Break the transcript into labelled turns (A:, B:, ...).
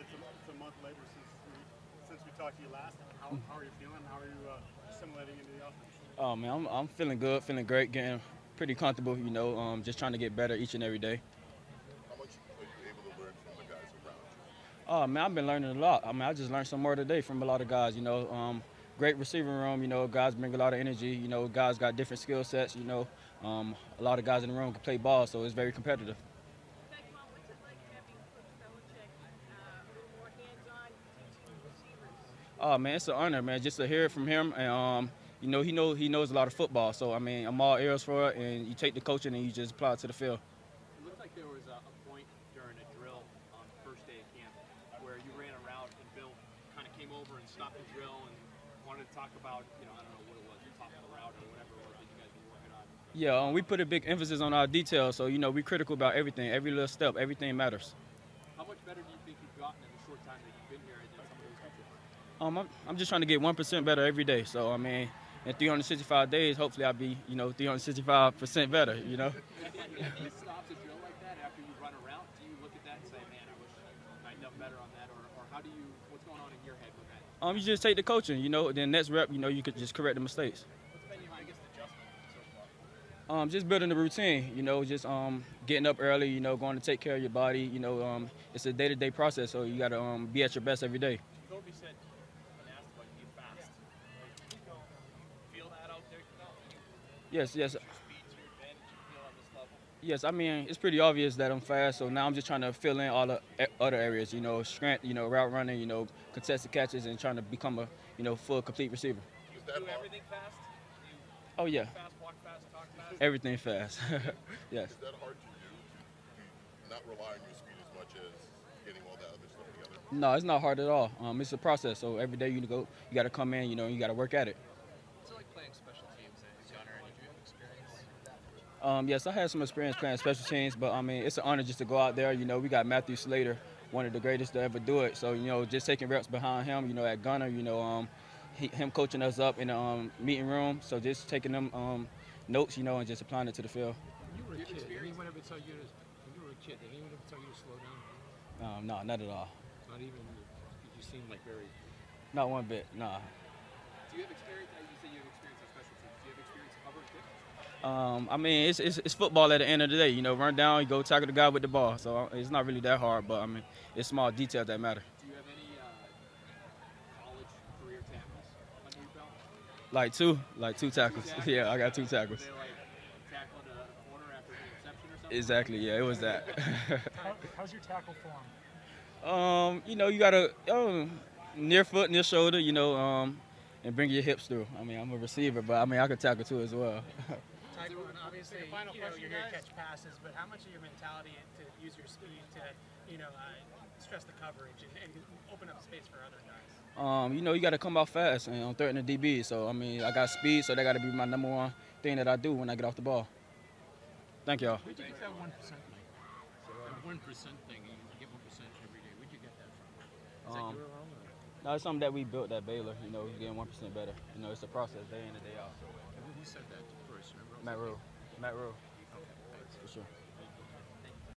A: it's a month later since we since we talked to you last. How, how are you feeling? How are you uh, assimilating into the offense?
B: Oh man, I'm, I'm feeling good, feeling great, getting pretty comfortable. You know, um, just trying to get better each and every day.
C: How much are you able to learn from the guys around you?
B: Oh man, I've been learning a lot. I mean, I just learned some more today from a lot of guys. You know, um, great receiving room. You know, guys bring a lot of energy. You know, guys got different skill sets. You know, um, a lot of guys in the room can play ball, so it's very competitive.
D: Beckman, what's it like having Coach Belichick uh, more hands-on teaching receivers?
B: Oh man, it's an honor, man. Just to hear it from him, and um, you know, he know he knows a lot of football. So I mean, I'm all ears for it. And you take the coaching and you just apply it to the field.
E: It looked like there was a, a point during a drill on the first day of camp where you ran a route and Bill kind of came over and stopped the drill and wanted to talk about, you know, I don't know what it was, the top of the route or whatever it was that you guys were working on.
B: Yeah, um, we put a big emphasis on our details. So you know, we critical about everything, every little step, everything matters.
E: How much better do you think you've gotten in the short time that you've been here than some of those people?
B: Um, I'm, I'm just trying to get one percent better every day. So I mean, in 365 days, hopefully I'll be you know 365 percent better. You know.
E: And then if he stops a drill like that after you run a route, do you look at that and say, man, I wish I'd done better on that? Or, or how do you, what's going on in your head with that?
B: Um, you just take the coaching. You know, then next rep, you know, you could just correct the mistakes.
E: What's been your biggest adjustment so far?
B: Um, just building the routine, you know, just um, getting up early, you know, going to take care of your body, you know, um, it's a day-to-day process, so you got to um, be at your best every day.
F: Kobe said, when asked about you being fast, like, feel that out there? No, you
B: Yes, yes,
F: speed to your advantage, you feel on this level.
B: yes. I mean, it's pretty obvious that I'm fast, so now I'm just trying to fill in all the e- other areas, you know, strength, you know, route running, you know, contested catches, and trying to become a, you know, full complete receiver.
F: You
C: that
F: do
C: hard?
F: everything fast? You
B: Oh yeah,
F: fast, walk fast, talk fast?
B: everything fast. yes.
C: Is that hard to you? Not rely on your speed as much as getting all that other stuff together.
B: No, it's not hard at all. Um, it's a process, so every day you go, you got to come in, you know, you got to work at it.
F: What's it like playing special teams and Gunner and you have experience?
B: Um, yes, I had some experience playing special teams, but I mean, it's an honor just to go out there. You know, we got Matthew Slater, one of the greatest to ever do it. So, you know, just taking reps behind him, you know, at Gunner, you know, um, he, him coaching us up in the um, meeting room. So just taking them um, notes, you know, and just applying it to the field.
G: When you were a kid, did anyone ever tell you to, when you were a kid, did anyone ever tell you to slow down?
B: Um, no, not at all.
G: Not even, you, you seem like very,
B: Not one bit, nah.
E: Do you have experience, uh, you say you have experience on special teams, do you have experience covering kicks?
B: Um, I mean, it's, it's, it's football at the end of the day. You know, run down, you go tackle the guy with the ball. So uh, it's not really that hard, but I mean, it's small details that matter.
E: Do you have any uh, college career tackles under your belt?
B: Like two, like two tackles.
E: Tackles?
B: Yeah, I got two
E: Were
B: tackles.
E: they like tackling a corner after an interception or something?
B: Exactly, yeah, it was that.
A: How, how's your tackle form?
B: Um, you know, you gotta um, near foot, near shoulder, you know, um, and bring your hips through. I mean, I'm a receiver, but I mean, I could tackle too as well.
H: Tyquan, obviously,
F: final
H: you know,
F: question,
H: you're here to
F: guys?
H: catch passes, but how much of your mentality to use your speed to, you know, uh, stress the coverage and, and open up space for other guys?
B: Um, you know, you gotta come out fast, and I'm threatening the DB, so I mean, I got speed, so that gotta be my number one thing that I do when I get off the ball. Thank y'all.
G: where'd you get that one percent thing? That one percent thing, you get one percent every day, where'd you get that from? Is that
B: Um,
G: your own or?
B: No, it's something that we built at Baylor. You know, getting one percent better. You know, it's a process day in and day out.
G: Who who said that first, remember?
B: Matt Rule, Matt Rule,
G: Okay, thanks.
B: for sure.